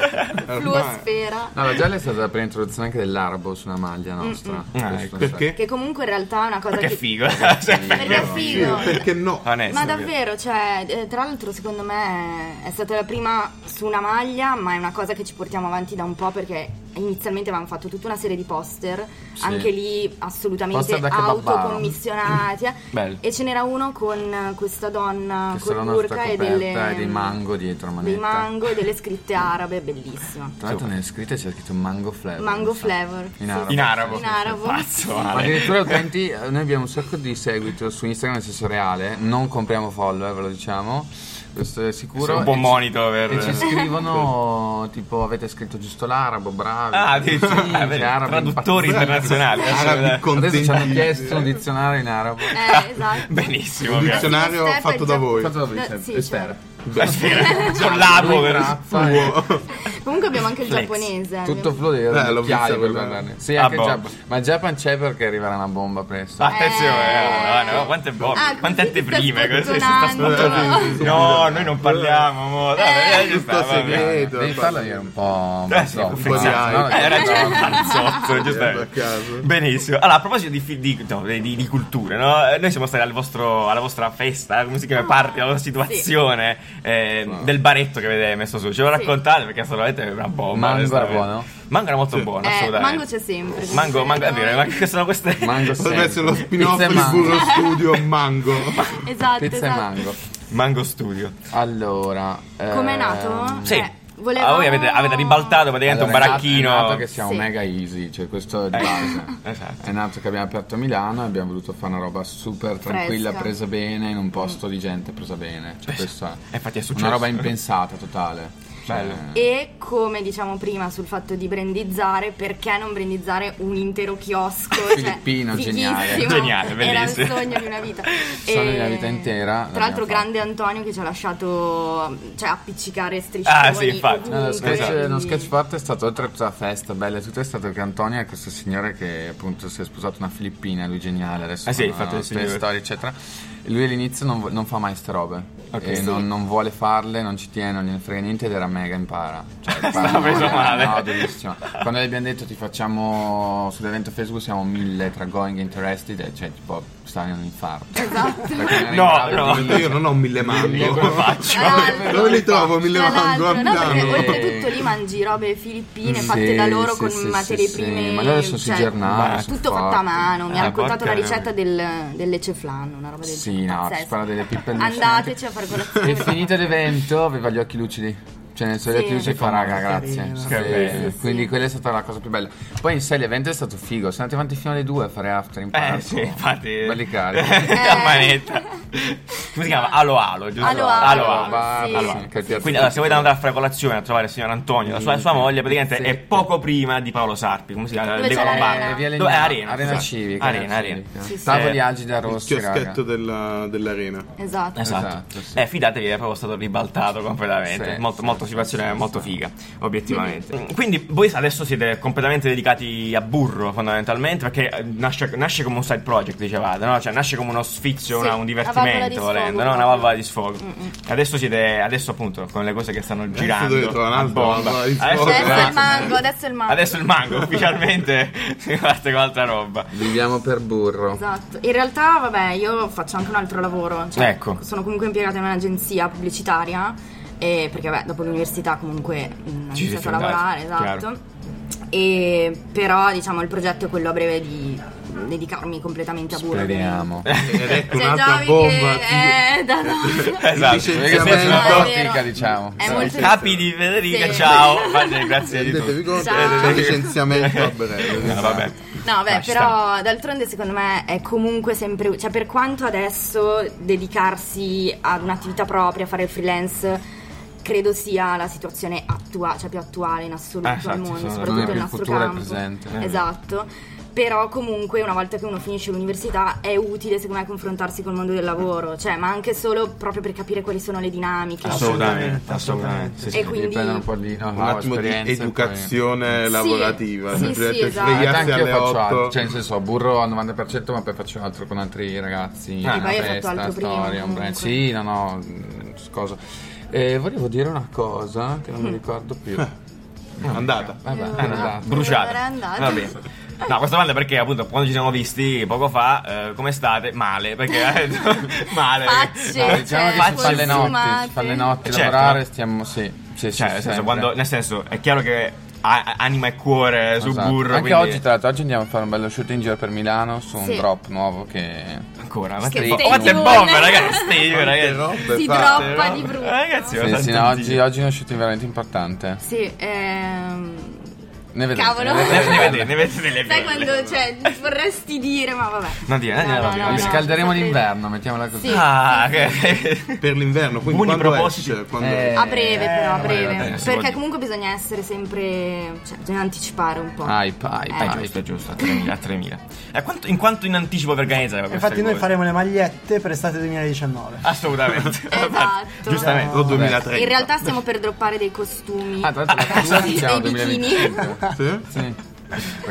D: Ormai.
F: Fluosfera.
E: No, la gialla è stata la prima introduzione anche dell'arabo su una maglia
F: Mm,
E: nostra.
B: Ah,
E: Questo
B: ecco.
E: non so.
D: Perché?
F: Che comunque in realtà è una cosa
B: perché è
F: che...
B: figo. Cioè,
F: Perché
E: eh,
F: è figo.
D: Sì, perché no?
B: onesto,
F: Ma davvero, cioè, eh, tra l'altro secondo me eh, è stata la prima su una maglia, ma è una cosa che ci portiamo avanti da un po' perché inizialmente avevamo fatto tutta una serie di poster,
E: Sì.
F: anche lì assolutamente
E: Poster da kebabaro.
F: autocommissionati. eh.
E: Bello.
F: E ce n'era uno con eh, questa donna
E: Che
F: con
E: sono nostra
F: burka e
E: coperta
F: delle mm,
E: e dei mango dietro a manetta.
F: dei mango e delle scritte arabe, bellissima.
E: Tra l'altro nelle scritte c'è scritto mango flavor.
F: Mango
E: mi sa.
F: flavor.
E: In
F: sì,
E: arabo.
F: sì,
B: In arabo.
F: In arabo.
B: Pazzo,
E: Ma
B: Ale.
E: addirittura utenti, eh, noi abbiamo un sacco di seguito su Instagram nel senso reale, non compriamo follower, ve lo diciamo, questo è sicuro.
B: Sono un buon
E: E ci-
B: monito per-
E: E ci scrivono tipo avete scritto giusto l'arabo, bravi.
B: Ah, addirittura,
E: Sì, cioè,
B: ah,
E: c'è
B: vedi,
E: arabo
B: traduttori internazionali.
D: Arabi
E: impazziti. Adesso ci hanno
D: contenti.
E: chiesto un dizionario in arabo.
F: Eh, esatto.
B: Benissimo,
D: Un
B: ok.
D: dizionario
F: Step è
D: fatto da
F: già-
D: voi.
E: Fatto da voi,
F: Eh,
E: sempre.
F: sì,
E: E spera.
B: Con l'abo,
E: Lui
B: vero?
E: graffa e-
F: Comunque abbiamo anche il
B: Flex.
F: giapponese.
E: Tutto
F: abbiamo-
E: fluido,
D: Eh, l'ho vista
E: occhiali per
D: quella-
E: guardarne. Sì,
B: Ah,
E: anche il
B: boh.
E: Japan. Ma il Japan c'è perché arriverà una bomba presto.
B: Attenzione,
F: Eh.
B: ah, no, quante bombe,
F: Ah,
B: quante
F: così ti
B: anteprime,
F: sta
B: così si sta
F: sputtonando.
B: sputtonando. No, noi non parliamo, mo. Dai,
D: Eh,
B: ci sta,
D: tutto
B: va
D: segreto.
B: bene.
D: vedo,
E: Devi
D: infatti.
E: farlo io un po'.
B: Eh, sì,
E: no,
B: un
D: po' di
E: no,
D: hype.
E: no,
B: Hai Eh, ragione,
E: no.
B: pazzotto,
D: Eh, a
B: giustamente.
D: caso.
B: Benissimo. Allora, a proposito di, fi- di- no, di- di culture, no? Eh, Noi siamo stati al vostro- alla vostra festa, come si chiama?
F: Ah,
B: Parte, alla vostra situazione eh, del baretto che avete messo su. Ce lo raccontate perché assolutamente è una bomba.
E: Mango era
B: onestamente.
E: buono?
B: Mango era molto buono,
F: Eh,
B: assolutamente.
F: mango c'è sempre.
B: Mango, mango, è vero, ma che sono queste?
E: Mango
D: Potrebbe essere lo
E: sempre.
D: spin-off
E: Pizza e
D: di
E: mango.
D: Burro Studio Mango.
F: Esatto,
E: Pizza e
F: esatto.
E: mango.
B: Mango Studio.
E: Allora.
F: Com'è
E: ehm,
F: nato?
B: Sì.
F: Eh, volevamo-
B: Ah, voi avete, avete ribaltato praticamente
E: allora, è
B: un
E: nato-
B: baracchino.
E: È nato che siamo
F: Sì.
E: mega easy, cioè questo è di
B: Eh,
E: base.
B: esatto.
E: È nato che abbiamo aperto a Milano e abbiamo voluto fare una roba super tranquilla,
F: Fresca.
E: presa bene, in un posto di gente presa bene. Cioè, questo è.
B: Eh, infatti è successo.
E: Una roba impensata totale. Cioè,
B: Bello.
F: E come diciamo prima sul fatto di brandizzare, perché non brandizzare un intero chiosco? Cioè,
E: Filippino,
F: fighissimo.
E: geniale.
B: Geniale, bellissimo.
F: Era il sogno di una vita.
E: Sogno di una vita intera, l'abbiamo
F: Tra l'altro
E: fatto.
F: grande Antonio che ci ha lasciato cioè, appiccicare striscioni
B: Ah, sì, esatto. infatti.
E: No, lo
F: ovunque,
E: sketch,
F: quindi-
E: lo sketch fatto è stato oltre a tutta la festa, bella e tutto, è stato che Antonio è questo signore che appunto si è sposato una filippina, lui geniale, adesso
B: Ah, sì,
E: fanno
B: infatti,
E: le
B: il
E: sue
B: signore.
E: storie eccetera. E Lui all'inizio non, vo- non fa mai ste robe,
B: Ok.
E: E
B: Sì.
E: non, non vuole farle, non ci tiene, non gliene frega niente ed era mega impara. Cioè, impara-
B: Stava preso
E: no,
B: male.
E: No, durissimo. Quando gli abbiamo detto ti facciamo sull'evento Facebook siamo mille tra going interested, e cioè tipo stava in un infarto. Esatto.
B: No, no.
D: Io non ho mille
B: Come
D: mango.
E: Cioè,
B: faccio?
F: Tra l'altro-
D: Dove li trovo mille
F: Tra
D: mango a
F: l'altro, no, perché
D: Milano?
E: Eh.
F: oltretutto lì mangi robe filippine fatte da loro con materie prime.
E: Ma loro sono sui
F: cioè,
E: giornali. sono
F: Tutto
E: forti.
F: fatto a mano. Mi ha
B: Ah,
F: raccontato la
B: porca
F: ricetta del, del leceflan, una roba del
E: Eh, Sì, no,
F: pazzesca.
E: ci parla delle pippe
F: Andateci a fare
E: E
F: colazione.
E: finito l'evento aveva gli occhi lucidi. Cioè, nel suo gli
F: Sì.
E: occhi lucidi fa raga, grazie.
C: Carino.
E: Sì,
B: Che bello.
E: sì, Quindi quella è stata la cosa più bella. Poi in sé l'evento è stato figo. Siamo andati avanti fino alle due a fare after in parco.
B: Eh sì, infatti. Eh,
E: Belli cari.
B: A manetta. Come si chiama? Alo Alo, giusto?
F: Alo
B: Alo
F: Alo,
B: Alo.
E: Va-
F: sì.
E: allora,
F: Sì.
E: che piace.
B: Quindi allora, se volete andare a fare colazione a trovare il signor Antonio, la sua, sua moglie praticamente è
E: Sì.
B: poco prima di Paolo Sarpi, come si chiama?
F: Dove
B: Le
F: c'è
B: Lombardi.
F: l'Arena?
E: Eh, via Legnano,
B: Dove è Arena?
E: Arena
B: esatto.
E: Civica.
B: Arena, Arena.
E: Civica.
F: Sì, sì.
E: Tavoli
B: Eh,
E: agidi da
D: Il
E: rossi, raga.
D: chioschetto della- dell'arena.
F: Esatto.
B: Esatto.
E: Esatto, sì.
B: Eh, fidatevi, è proprio stato ribaltato completamente.
E: Sì,
B: molto,
E: sì,
B: molto
E: sì,
B: situazione
E: sì, sì,
B: molto
E: sì.
B: figa, obiettivamente. Mm, Quindi voi adesso siete completamente dedicati a burro, fondamentalmente, perché eh, nasce, nasce come un side project, dicevate, no? Cioè nasce come uno sfizio,
F: Sì,
B: una- un
F: una valvola di
B: divertimento,
F: sfogo,
B: volendo, no?
F: proprio. Mm,
B: Una valvola di sfogo. Adesso siete, adesso appunto, con le cose che stanno girando.
D: dovete trovare
B: a
D: un'altra
B: bomba.
D: valvola di
B: Adesso
D: sfogo.
B: trovate-
F: Adesso è il mango, adesso è il mango.
B: Adesso il mango, ufficialmente si parte con altra roba.
E: Viviamo per burro.
F: Esatto. In realtà, vabbè, io faccio anche un altro lavoro. Cioè,
B: Ecco.
F: Sono comunque impiegata in un'agenzia pubblicitaria. e- perché, vabbè, dopo l'università comunque mh, ho
B: Ci
F: iniziato a
B: siete
F: lavorare,
B: fondati,
F: esatto.
B: chiaro.
F: E però, diciamo, il progetto è quello a breve di dedicarmi completamente a burro.
E: Speriamo.
D: Ed ecco
F: C'è già
D: un'altra
F: Michele,
D: bomba.
F: eh, da
B: Esatto.
D: Dice-
E: Perché
D: Sì,
E: siamo
D: sì,
E: sulla
D: sì.
E: topica, diciamo.
F: È molto
B: Capi di Federica,
F: Sì.
B: ciao. Vabbè, Grazie di
D: Rendetevi
B: tutto.
D: conto
F: Ciao.
D: c'è licenziamento a
B: Eh,
D: breve.
B: vabbè.
F: No, beh,
B: Ah, ci
F: però d'altronde secondo me è comunque sempre, cioè per quanto adesso dedicarsi ad un'attività propria, fare il freelance credo sia la situazione attua- cioè più attuale in assoluto
E: Eh,
B: Ah, esatto,
F: al mondo,
B: sono-
F: soprattutto
E: Non è
F: nel
E: più
F: nostro
E: futuro, è
F: campo.
E: presente. eh.
F: Esatto. Però comunque una volta che uno finisce l'università è utile secondo me confrontarsi col mondo del lavoro, cioè ma anche solo proprio per capire quali sono le
E: Ah,
F: dinamiche.
B: Assolutamente, assolutamente. sì,
F: E
B: sì.
F: quindi-
E: Quindi prendono un po' di no,
D: un
E: no,
D: attimo di
E: esperienza e poi-
D: educazione
F: Sì,
D: lavorativa.
F: sì,
D: cioè,
F: sì,
D: vedete,
F: esatto.
E: Eh,
D: svegliarsi
E: anche io
D: alle
E: faccio altro,
D: 8.
E: cioè nel senso burro al 90% ma poi faccio altro con altri ragazzi
B: Ah,
E: una
B: e
F: poi hai fatto
E: festa,
F: altro prima,
E: storia, un brand.
F: comunque.
E: sì no no mh, scusa Eh, volevo dire una cosa che non mi ricordo più diciamo
D: Andata.
E: vabbè
F: Mm. Eh,
E: è
B: Ah,
E: andata.
F: Era
B: bruciata.
F: andata.
B: Va bene. No, questa domanda è perché appunto quando ci siamo visti poco fa, eh, come state? Male, perché eh, male.
F: Facce,
B: perché-
E: diciamo che
F: Cioè,
E: si fa le notti
F: consumate.
E: si fa le notti
B: Certo.
E: lavorare stiamo sì
B: Cioè,
E: sì, sì,
B: nel senso,
E: sempre.
B: quando, nel senso, è chiaro che ha- ha- anima e cuore su
E: Esatto.
B: burro.
E: anche
B: quindi-
E: oggi tra l'altro oggi andiamo a fare un bello shooting in giro per Milano su un
F: Sì.
E: drop nuovo che
B: Ancora, ma
F: Scherzoni.
B: bo- quante bombe, ragazzi! Sì,
D: Quante
B: ragazzi.
D: robe
F: Si
D: fatte,
F: droppa
D: no?
F: di brutto.
B: Ragazzi,
E: Sì,
B: ma
E: sì, no,
B: tanti-
E: oggi, oggi è uno shooting veramente importante.
F: Sì, ehm,
E: Ne vedete.
F: Cavolo.
E: ne
B: Ne,
E: vedete.
B: ne vedete, ne vedete delle
F: Sai
B: belle.
F: quando cioè, vorresti dire, ma vabbè.
B: No, dire, eh, no, va bene, va bene.
E: Riscalderemo
F: sapete.
E: l'inverno, mettiamola così.
F: Sì.
B: Ah, che...
D: Per l'inverno, quindi
B: Buoni
D: quando
B: propositi.
D: esce? Quando
E: Eh,
D: esce?
F: A breve, però, a
E: Eh,
F: breve.
E: vabbè,
B: vabbè, si può
F: Perché
B: dire.
F: comunque bisogna essere sempre. cioè, bisogna anticipare un po'.
E: Hype, hype,
F: Eh,
B: È
E: hype.
B: giusto, è giusto, a 3.000, a 3.000. Eh, quanto- in quanto in anticipo per organizzare queste
C: Infatti noi
B: cose?
C: faremo le magliette per estate 2019.
B: Assolutamente.
F: Esatto.
B: Giustamente.
D: O 2030.
F: In realtà stiamo per droppare dei costumi.
E: ecco. Ah, tra l'altro la chiusura
F: Sì,
E: siamo
F: dei bikini.
E: 2025.
D: Sì?
E: Sì.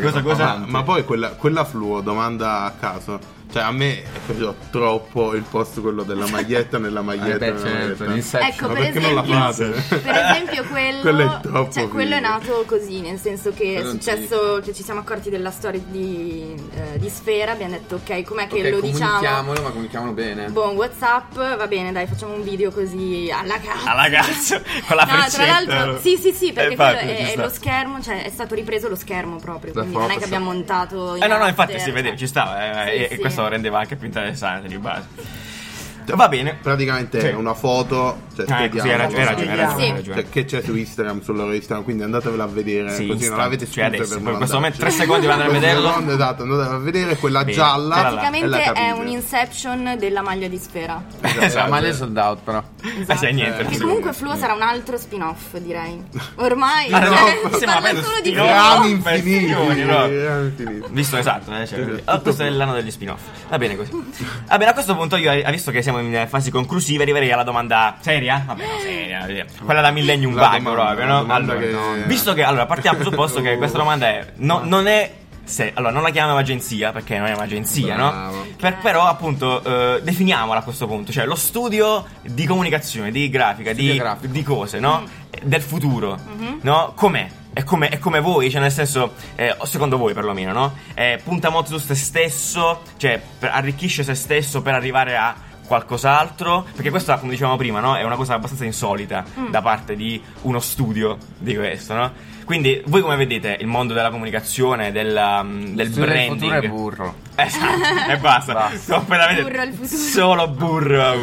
B: Cosa, cosa?
D: Ma, ma poi quella, quella fluo, domanda a caso. Cioè, a me è preso troppo il posto quello della maglietta nella
E: Eh,
D: maglietta.
E: beh,
D: nella
E: certo,
D: maglietta.
E: l'insection.
F: Ecco,
D: Ma
F: per
D: perché non la
F: esempio,
D: fate?
F: per esempio quello,
D: Quello è troppo
F: cioè, quello è
D: figo.
F: nato così, nel senso che è
E: Quello non si
F: successo che ci siamo accorti della storia di, eh, di Sfera, abbiamo detto ok, com'è che
E: Ok,
F: lo diciamo? Boh.
E: comunichiamolo, ma comunichiamolo bene.
F: Buon Whatsapp, va bene, dai, facciamo un video così alla cazzo.
B: Alla cazzo, con Ah, la
F: No, tra
B: freccetta,
F: l'altro,
B: no?
F: sì, sì, sì, perché
B: Eh, infatti,
F: quello
B: ci
F: è, è
B: sta.
F: lo schermo, cioè è stato ripreso lo schermo proprio,
E: Da
F: quindi non è che
E: Photoshop.
F: abbiamo montato in
B: Eh no, no, infatti
F: after,
B: si vede,
F: cioè.
B: ci stava, eh,
F: Sì,
B: e, e
F: sì.
B: questo lo rendeva anche più interessante di base. Va bene.
D: Praticamente
B: Sì.
D: è una foto. Cioè,
B: Ah, ecco, sì, hai
D: spieghiamo.
B: ragione, hai ragione, hai ragione,
F: Sì.
B: hai ragione.
D: Cioè, che c'è su Instagram, sulla loro Instagram, quindi andatevela a vedere.
B: Sì,
D: così
B: instant.
D: non l'avete
B: Cioè, adesso,
D: per
B: in
D: non
B: questo momento, tre
D: andarci.
B: secondi vanno a
D: Questo
B: vederlo.
D: secondo, Esatto, andate a vedere quella
B: Bene,
D: gialla.
B: quella là.
D: e
F: Praticamente
D: la
F: è
D: capite.
F: un inception della maglia di Sfera.
E: Eh, La
D: Esatto.
E: maglia è sold out, però.
B: Eh, sai, niente.
F: Che
B: sì.
F: comunque Fluo sarà un altro spin-off, direi. Ormai
B: Ah, no,
F: cioè,
B: ma
F: si
B: stiamo
F: parla
B: aprendo
F: solo di
B: spin-off.
F: Fluo.
D: Grani
B: No, per signori,
D: infiniti.
B: no.
D: grani infiniti.
B: Visto esatto, eh, cioè, ah, questo è l'anno degli spin-off. Va bene così. Va bene, a questo punto io, eh, visto che siamo in eh, fasi conclusive, arriverei alla domanda seria. Vabbè, no, seria, seria. quella da Millennium
D: La
B: Bug
D: domanda,
B: proprio,
D: la
B: no?
D: domanda
B: Allora,
D: che- Ah.
B: visto che allora partiamo dal presupposto che questa domanda è no- non è se, allora, non la chiamiamo agenzia perché non è un'agenzia,
E: Bravo.
B: no? Per- però, appunto, eh, definiamola a questo punto, cioè lo studio di comunicazione, di grafica,
E: Studio
B: di,
E: grafico. Mm. Mm-hmm.
B: di cose, no? Del futuro, no? Com'è? È come, è come voi, cioè nel senso, eh, o secondo voi perlomeno, no? Eh, punta molto su se stesso, cioè per- arricchisce se stesso per arrivare a qualcos'altro, perché questa, come dicevamo prima, no? È una cosa abbastanza insolita
E: Mm.
B: da parte di uno studio di questo, no? Quindi voi come vedete il mondo della comunicazione, della, mm, del
E: Studio del
B: branding?
E: futuro è burro.
B: Esatto, e basta.
E: Basta.
B: Completamente
F: Burro al futuro.
B: Solo burro.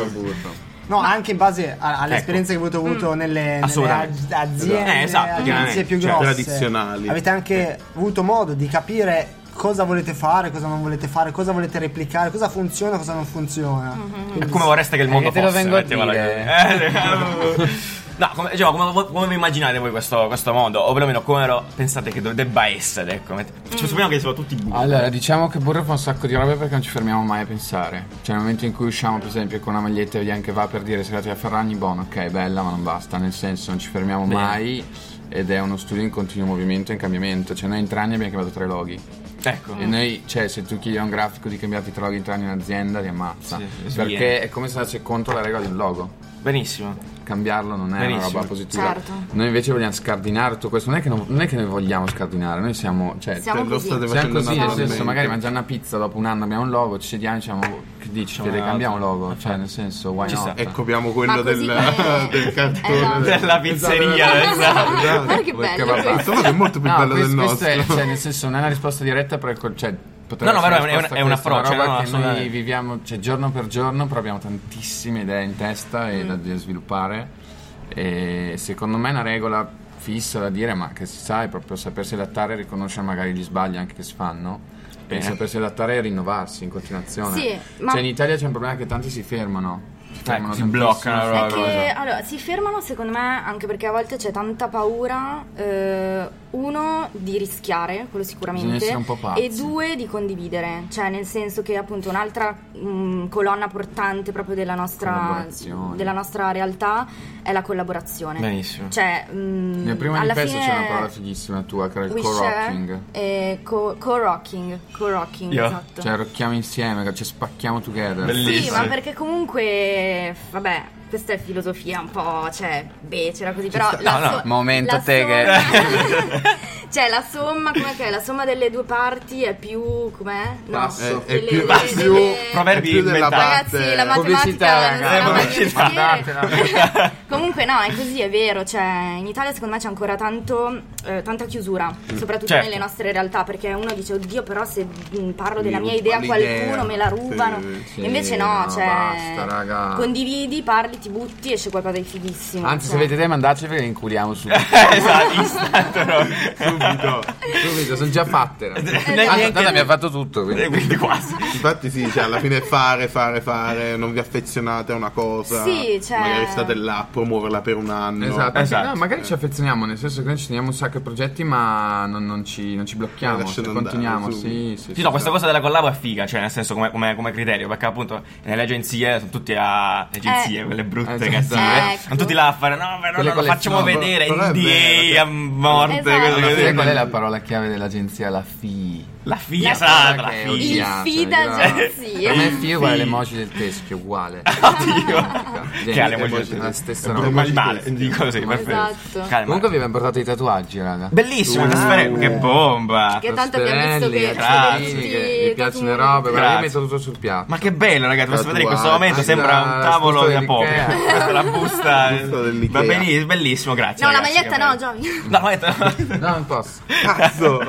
C: No, anche in base a- alle
B: Ecco.
C: esperienze che avete avuto nelle, nelle
B: Assolutamente.
C: az- aziende,
B: Eh, esatto,
C: agenzie
B: chiaramente.
C: più
B: Cioè,
C: grosse,
D: tradizionali.
C: Avete anche avuto modo di capire cosa volete fare, cosa non volete fare, cosa volete replicare, cosa funziona, cosa non funziona. Quindi
B: E come vorreste che il
E: Eh,
B: mondo
E: che te lo
B: fosse?
E: vengo a
B: mettiamola
E: dire.
B: così. Eh, No, come, diciamo, come, vo- come vi immaginate voi questo, questo mondo? O perlomeno come lo pensate che do- debba essere? Ecco, met-
E: Mm.
B: ci supponiamo che siano tutti burro.
E: Allora, diciamo che burro fa un sacco di robe perché non ci fermiamo mai a pensare. Cioè, nel momento in cui usciamo, per esempio, con una maglietta bianca va per dire serata a Ferragni, buono, ok, bella, ma non basta. Nel senso, non ci fermiamo
B: Bene.
E: mai ed è uno studio in continuo movimento, e in cambiamento. Cioè, noi in tre anni abbiamo cambiato tre loghi.
B: Ecco.
E: E noi, cioè, se tu chiedi a un grafico di cambiarti tre loghi in tre anni in un'azienda, ti ammazza.
B: Sì, sì, sì.
E: perché è come se andasse contro la regola del logo
B: Benissimo.
E: cambiarlo non è
B: Benissimo.
E: una roba positiva.
F: Certo.
E: Noi invece vogliamo scardinare tutto questo. Non è che, non, non è che noi vogliamo scardinare, noi siamo. Cioè,
F: Siamo
D: Cioè, lo
F: così.
D: state
E: siamo
D: facendo
E: così, nel senso,
D: naturalmente.
E: magari mangiamo una pizza dopo un anno, abbiamo un logo, ci sediamo e diciamo, "Oh, che dici,
B: Facciamo
E: te
B: una
E: cambiamo
B: volta."
E: logo, cioè nel senso, why
B: Ah, certo. Ci sta.
E: not?
D: E copiamo quello
F: Ma
D: del,
F: così come-
D: del cartone
F: Esatto.
B: Della pizzeria, esatto.
F: Guarda
E: Perché
F: che bello
E: va
F: questo.
E: bene.
D: Insomma, che è molto più
E: No,
D: bello del
E: questo, questo
D: nostro.
E: è, cioè, nel senso, non è una risposta diretta, però è col- cioè, potrebbe
B: No, no,
E: essere
B: però è un-
E: risposta
B: è un- è un
E: questa,
B: approccio,
E: roba
B: no, no,
E: che noi
B: assolutamente.
E: viviamo cioè, giorno per giorno, però abbiamo tantissime idee in testa
B: Mm.
E: e da, da sviluppare. E secondo me è una regola fissa da dire, ma che si sa, è proprio sapersi adattare e riconoscere magari gli sbagli anche che si fanno. E
B: Bene.
E: sapersi adattare e rinnovarsi in continuazione.
F: Sì, ma-
E: Cioè, in Italia c'è un problema che tanti si fermano. Si fermano
B: Eh, si
E: tantissimo
B: bloccano,
E: su
B: allora,
E: questa
B: allora.
E: cosa.
F: Che, allora, si fermano secondo me anche perché a volte c'è tanta paura, eh, uno di rischiare,
E: Bisogna
F: quello sicuramente,
E: essere un po' pazzi.
F: e due di condividere, cioè nel senso che appunto un'altra mh, colonna portante proprio della nostra,
E: Collaborazione.
F: della nostra realtà è la collaborazione.
B: Benissimo.
F: Cioè, mh,
E: Nel primo
F: alla
E: pezzo
F: fine
E: c'è una parola fighissima tua, che era il
F: we
E: co-rocking.
F: share e co- co-rocking, co-rocking,
B: Yeah.
F: esatto.
E: Cioè, rocchiamo insieme, ci spacchiamo together.
B: Bellissimo.
F: Sì,
B: Bellissimo.
F: ma perché comunque, vabbè, questa è filosofia un po', cioè, becera così, però...
D: sta.
F: la
B: No, no,
E: momento
F: la
E: te che-
F: somma- cioè, la somma, com'è che è? La somma delle due parti è più, com'è? No,
D: Ah, È,
E: Basso.
D: è
F: delle-
D: più,
F: delle-
D: più,
B: Proverbi
D: è più della
B: inventati.
D: parte.
F: Ragazzi, la
E: Pubblicità,
F: matematica
E: ragazzi.
F: non
B: Eh,
F: sarà mai il
E: pubblicità.
F: mestiere. Comunque no, è così, è vero, cioè in Italia secondo me c'è ancora tanto, eh, tanta chiusura,
E: Mm,
F: soprattutto
B: Certo.
F: nelle nostre realtà, perché uno dice oddio però se mh, parlo della
D: Mi
F: mia
D: ruba
F: idea a qualcuno
D: l'idea."
F: me la rubano.
D: Sì,
E: sì,
F: Invece no,
E: no,
F: cioè
E: basta, raga.
F: condividi, parli, ti butti, esce qualcosa di fighissimo.
E: Anzi, se
F: cioè.
E: avete te, mandateci perché li inculiamo subito.
B: esatto, istante, no?
D: subito.
E: subito, sono già fatte. no?
B: neanche-
E: Tanto, tanto abbiamo fatto tutto. quindi.
B: E quindi quasi.
D: Infatti sì, cioè, alla fine fare, fare, fare, non vi affezionate a una cosa.
F: Sì, cioè-
D: Magari state là a promuoverla per un anno.
E: Esatto, sì,
B: Esatto.
E: no, magari ci affezioniamo, nel senso che noi ci teniamo un sacco di progetti, ma non, non ci, non ci blocchiamo,
D: La
E: cioè,
D: lasciano
E: continuiamo.
D: andare,
E: Sì, sì,
B: Sì,
E: sì,
B: no, questa
E: sì.
B: cosa della collabo è figa, cioè nel senso come, come- come criterio, perché appunto nelle agenzie sono tutti a le agenzie,
F: Eh.
B: quelle brutte,
E: Eh,
B: cattive,
F: ecco.
B: sono tutti là a fare no, però
E: Quelle
B: non lo
E: con le-
B: facciamo
E: no,
D: però-
B: vedere
D: però è
B: NDA
D: vero,
E: cioè.
B: a morte,
F: Esatto.
B: cose
E: Alla
B: così.
E: fine qual è la parola chiave dell'agenzia? La FI.
B: La figlia
F: La
B: sarà Ah, la
E: Che è
B: figlia.
E: odiata,
F: fida
E: io-
F: agenzia.
E: Per me FI è uguale
B: Fì.
E: all'emoji del teschio, uguale.
B: Eh, Oddio.
E: Gente,
B: Che ha le
E: è
B: emoji
E: la stessa
B: è
E: roba.
B: proprio il male, dico così, perfetto.
F: Esatto.
B: Calma.
E: Comunque vi abbiamo portato i tatuaggi, raga.
B: Bellissimo,
E: Uh.
B: che sper- che bomba.
F: Che tanto abbiamo visto che
E: Sperelli,
B: Grazie.
E: Gasperini,
F: tutti
E: che gli piacciono le
F: tatuati.
E: robe, guarda, io
B: Grazie.
E: metto tutto sul piatto.
B: Ma che bello, ragazzi, posso vedere in questo
D: Tatuaggi,
B: momento sembra
E: la-
B: un
E: la
B: tavolo
E: busta
B: da
E: dell'Ikea.
B: poker. Questa è la busta.
D: La busta dell'Ikea.
B: Va benissimo, bellissimo, grazie.
F: No, la
B: ragazzi,
F: maglietta
B: che
F: no,
B: bello.
F: Giovi.
B: No, ma detto-
E: No, non posso.
D: Cazzo!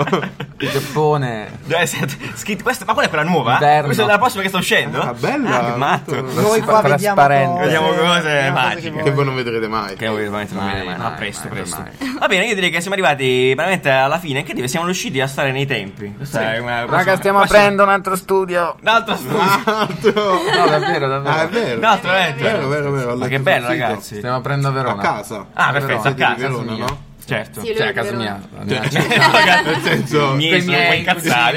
E: Il Giappone.
B: Deve essere scritto- questa- ma quella è quella nuova?
E: Inverno.
B: Questa è la prossima che sta uscendo?
D: Ah, bella.
B: Ah, che matto.
C: Noi qua vediamo
E: Trasparente.
C: cose,
B: Vediamo cose
C: vediamo
B: magiche.
C: che
D: che
C: voi-
D: voi non vedrete mai.
B: Che ovviamente non
E: Mai,
B: viene mai.
E: mai,
B: No, presto,
E: mai,
B: presto.
E: mai.
B: Va bene, io direi che siamo arrivati veramente alla fine. Che dire, siamo riusciti a stare nei tempi. Questa è una-
E: Raga,
B: prossima-
E: stiamo
B: prossima-
E: aprendo un altro studio.
B: Un altro studio.
D: Altro.
E: No, davvero, davvero.
D: Ah, è vero.
B: Un altro
D: È vero,
B: evento.
D: vero, vero. ho
B: Ma che
D: letto
B: bello,
D: sul sito.
B: ragazzi.
E: Stiamo aprendo a
D: A
E: Verona.
D: casa.
B: Ah, perfetto, a
E: Però-
B: casa.
D: Di Verona,
E: Sì.
D: no?
B: Certo.
F: Sì,
E: Cioè,
F: lui
E: a
F: è
E: casa
F: vero.
E: mia. la mia-
B: Cioè,
D: Nel senso...
B: Mi sono
E: miei
B: incazzato.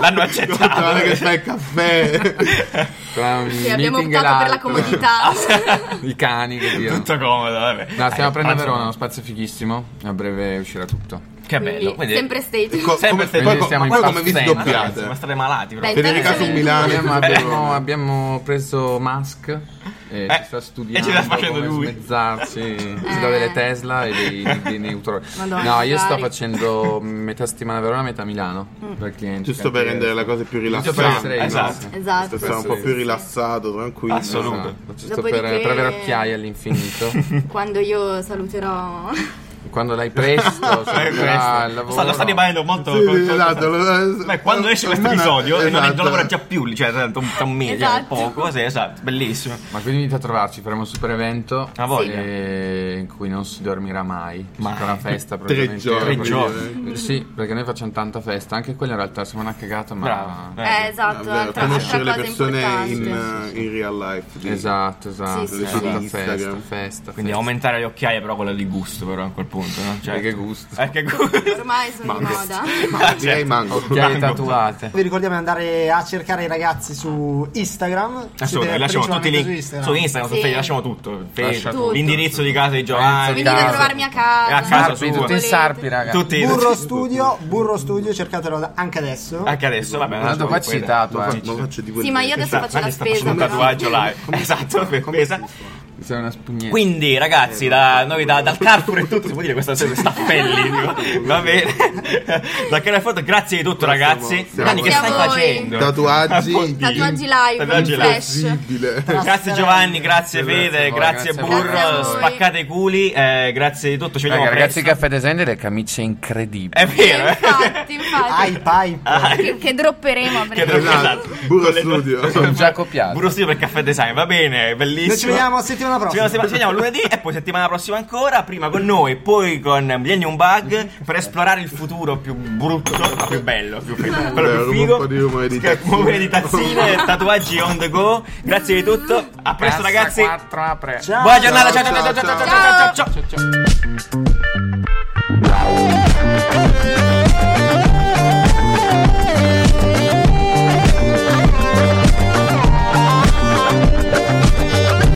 B: L'hanno accettato.
D: Guarda che c'è il caffè.
B: Cioè,
E: tra un
F: Sì, abbiamo
E: meeting e
F: optato per la
E: l'altro.
F: comodità.
E: I cani, che Dio.
B: Tutto comodo, vabbè.
E: No, stiamo
B: Dai,
E: aprendo a
B: pazzo.
E: Verona, uno spazio fighissimo. A breve uscirà tutto.
B: Che bello.
F: Quindi,
B: Quindi-
F: sempre stay tuned.
D: Co-
B: Sempre
D: come,
B: stai-
D: poi,
E: quindi stiamo
D: ma
E: in
D: poi come vi
E: passenza,
B: Sempre, ragazzi,
D: sdoppiate?
B: Ma state malati, però.
F: Dai,
D: Federica
F: Intanto
D: su
F: mi-
D: Milano.
E: Abbiamo, abbiamo, abbiamo preso Musk e
B: Eh,
E: ci
B: e
E: sta studiando
B: ce la sta facendo
E: come
B: lui.
E: smezzarsi. Ci dà delle Tesla e dei, dei, neutroni.
F: Eh. Madonna,
E: no, io sto
F: magari.
E: facendo metà settimana a Verona, metà a Milano.
F: Mm.
E: Per clienti,
D: Giusto per rendere la cosa più
E: Giusto per
D: rilassante.
E: essere io.
B: Esatto.
F: Esatto.
D: Sono un po' più rilassato, tranquillo.
B: Assolutamente.
E: Esatto, Giusto per,
F: Dopodiché-
E: per avere occhiaie all'infinito.
F: Quando io saluterò
E: Quando l'hai presto,
B: Eh, questo.
E: sarà il
B: Lo
E: lavoro.
B: sta- lo state bannando molto.
D: Sì,
B: con- con-
D: esatto, lo-
B: Beh, quando esce questo
D: ormai la-
B: episodio, e non, non
D: esatto.
B: lavora già più, lì, cioè tanto un, tra un mese,
F: Esatto.
B: poco, sì, esatto, bellissimo.
E: Ma quindi venite a trovarci, faremo un super evento
B: Ah, voglia.
E: eh, in cui non si dormirà mai.
B: Mai.
E: Sarà una festa
D: Tre
E: probabilmente.
D: giorni.
B: Tre giorni.
E: Eh, Sì, perché noi facciamo tanta festa, anche quella in realtà sembra una cagata, ma...
B: Bravo.
F: Eh, esatto,
D: Davvero,
F: altra,
D: conoscere le
F: altra cosa
D: persone
F: importante.
D: in, eh, in real life. di-
E: Esatto, esatto,
F: Sì, sì,
E: tanta
D: sì.
E: festa,
D: Instagram.
E: festa,
B: Quindi
E: festa.
B: aumentare le occhiaie, però quella di gusto, però a quel punto, no? Cioè,
E: Eh, che gusto.
B: Eh, che gusto. Certo.
F: Ormai sono in moda.
D: Ma direi mango.
E: Occhiali
B: Mango.
E: tatuate.
C: Vi ricordiamo di andare a cercare i ragazzi su Instagram.
B: Assolutamente,
C: Siete
B: lasciamo tutti i link
C: principalmente su Instagram.
B: su Instagram, su
F: Sì.
B: Facebook, lasciamo tutto. Facebook,
E: tutto.
B: L'indirizzo di casa di Giovanni.
E: Venite
F: Venite a trovarmi a casa.
B: A casa
E: Sarpi,
B: sua.
E: tutti in sarpi, raga.
B: Tutti.
C: Burro Studio, Burro Studio, cercatelo da- anche adesso.
B: Anche adesso, vabbè.
E: Tanto qua ci
D: Ma
E: tatuaggi.
D: faccio, ma faccio tipo
F: Sì, ma io
B: Esatto.
F: adesso faccio la
B: Faccio
F: spesa.
B: un
F: però.
B: tatuaggio live. Esatto, per spesa.
E: Sei una spugnetta.
B: Quindi, ragazzi, da, noi da, dal Carrefour e tutto, si può dire questa sera staffelli, dico. va bene. Da Carrefour, grazie di tutto, ragazzi.
D: siamo-
B: Dani, che
F: Grazie
B: stai
F: a voi.
B: facendo?
D: Tatuaggi.
B: Oddio.
F: Tatuaggi live,
B: Tatuaggi
F: in
B: live.
F: flash.
D: Possibile.
B: Grazie Giovanni, grazie Fede,
E: voi,
B: grazie,
E: grazie a voi.
B: Burro,
F: Grazie a voi.
B: spaccate i culi, eh, grazie di tutto, ci
E: Raga,
B: vediamo
E: ragazzi,
B: presto.
E: caffè design delle camicie incredibili.
B: È
F: Sì,
B: vero, eh?
F: Infatti, infatti.
C: Ai pipe.
B: Ah,
F: Che, che dropperemo. perché-
B: dropperemo.
D: Esatto. Burro
B: Con le-
D: Studio.
B: Eh,
E: Sono già copiate.
B: Burro Studio per Caffè Design, va bene,
C: Noi ci
B: bellissimo.
C: vediamo settimana settimana prossima.
B: Ci vediamo, ci vediamo lunedì e poi settimana prossima ancora. Prima con noi, poi con Millennium Bug per esplorare il futuro più brutto, ma più bello. Più figo. Quello
D: Bello,
B: più
D: come
B: figo.
D: un po' di rumore di
B: Sì,
D: tazzine.
B: rumore di tazzine, tatuaggi on the go. Grazie di tutto. A presto, ragazzi.
E: 4 apre.
C: Ciao.
B: Buona giornata. Ciao, ciao, ciao,
D: Ciao,
B: ciao, ciao, ciao,
D: ciao,
B: ciao, ciao.
E: Ciao, ciao.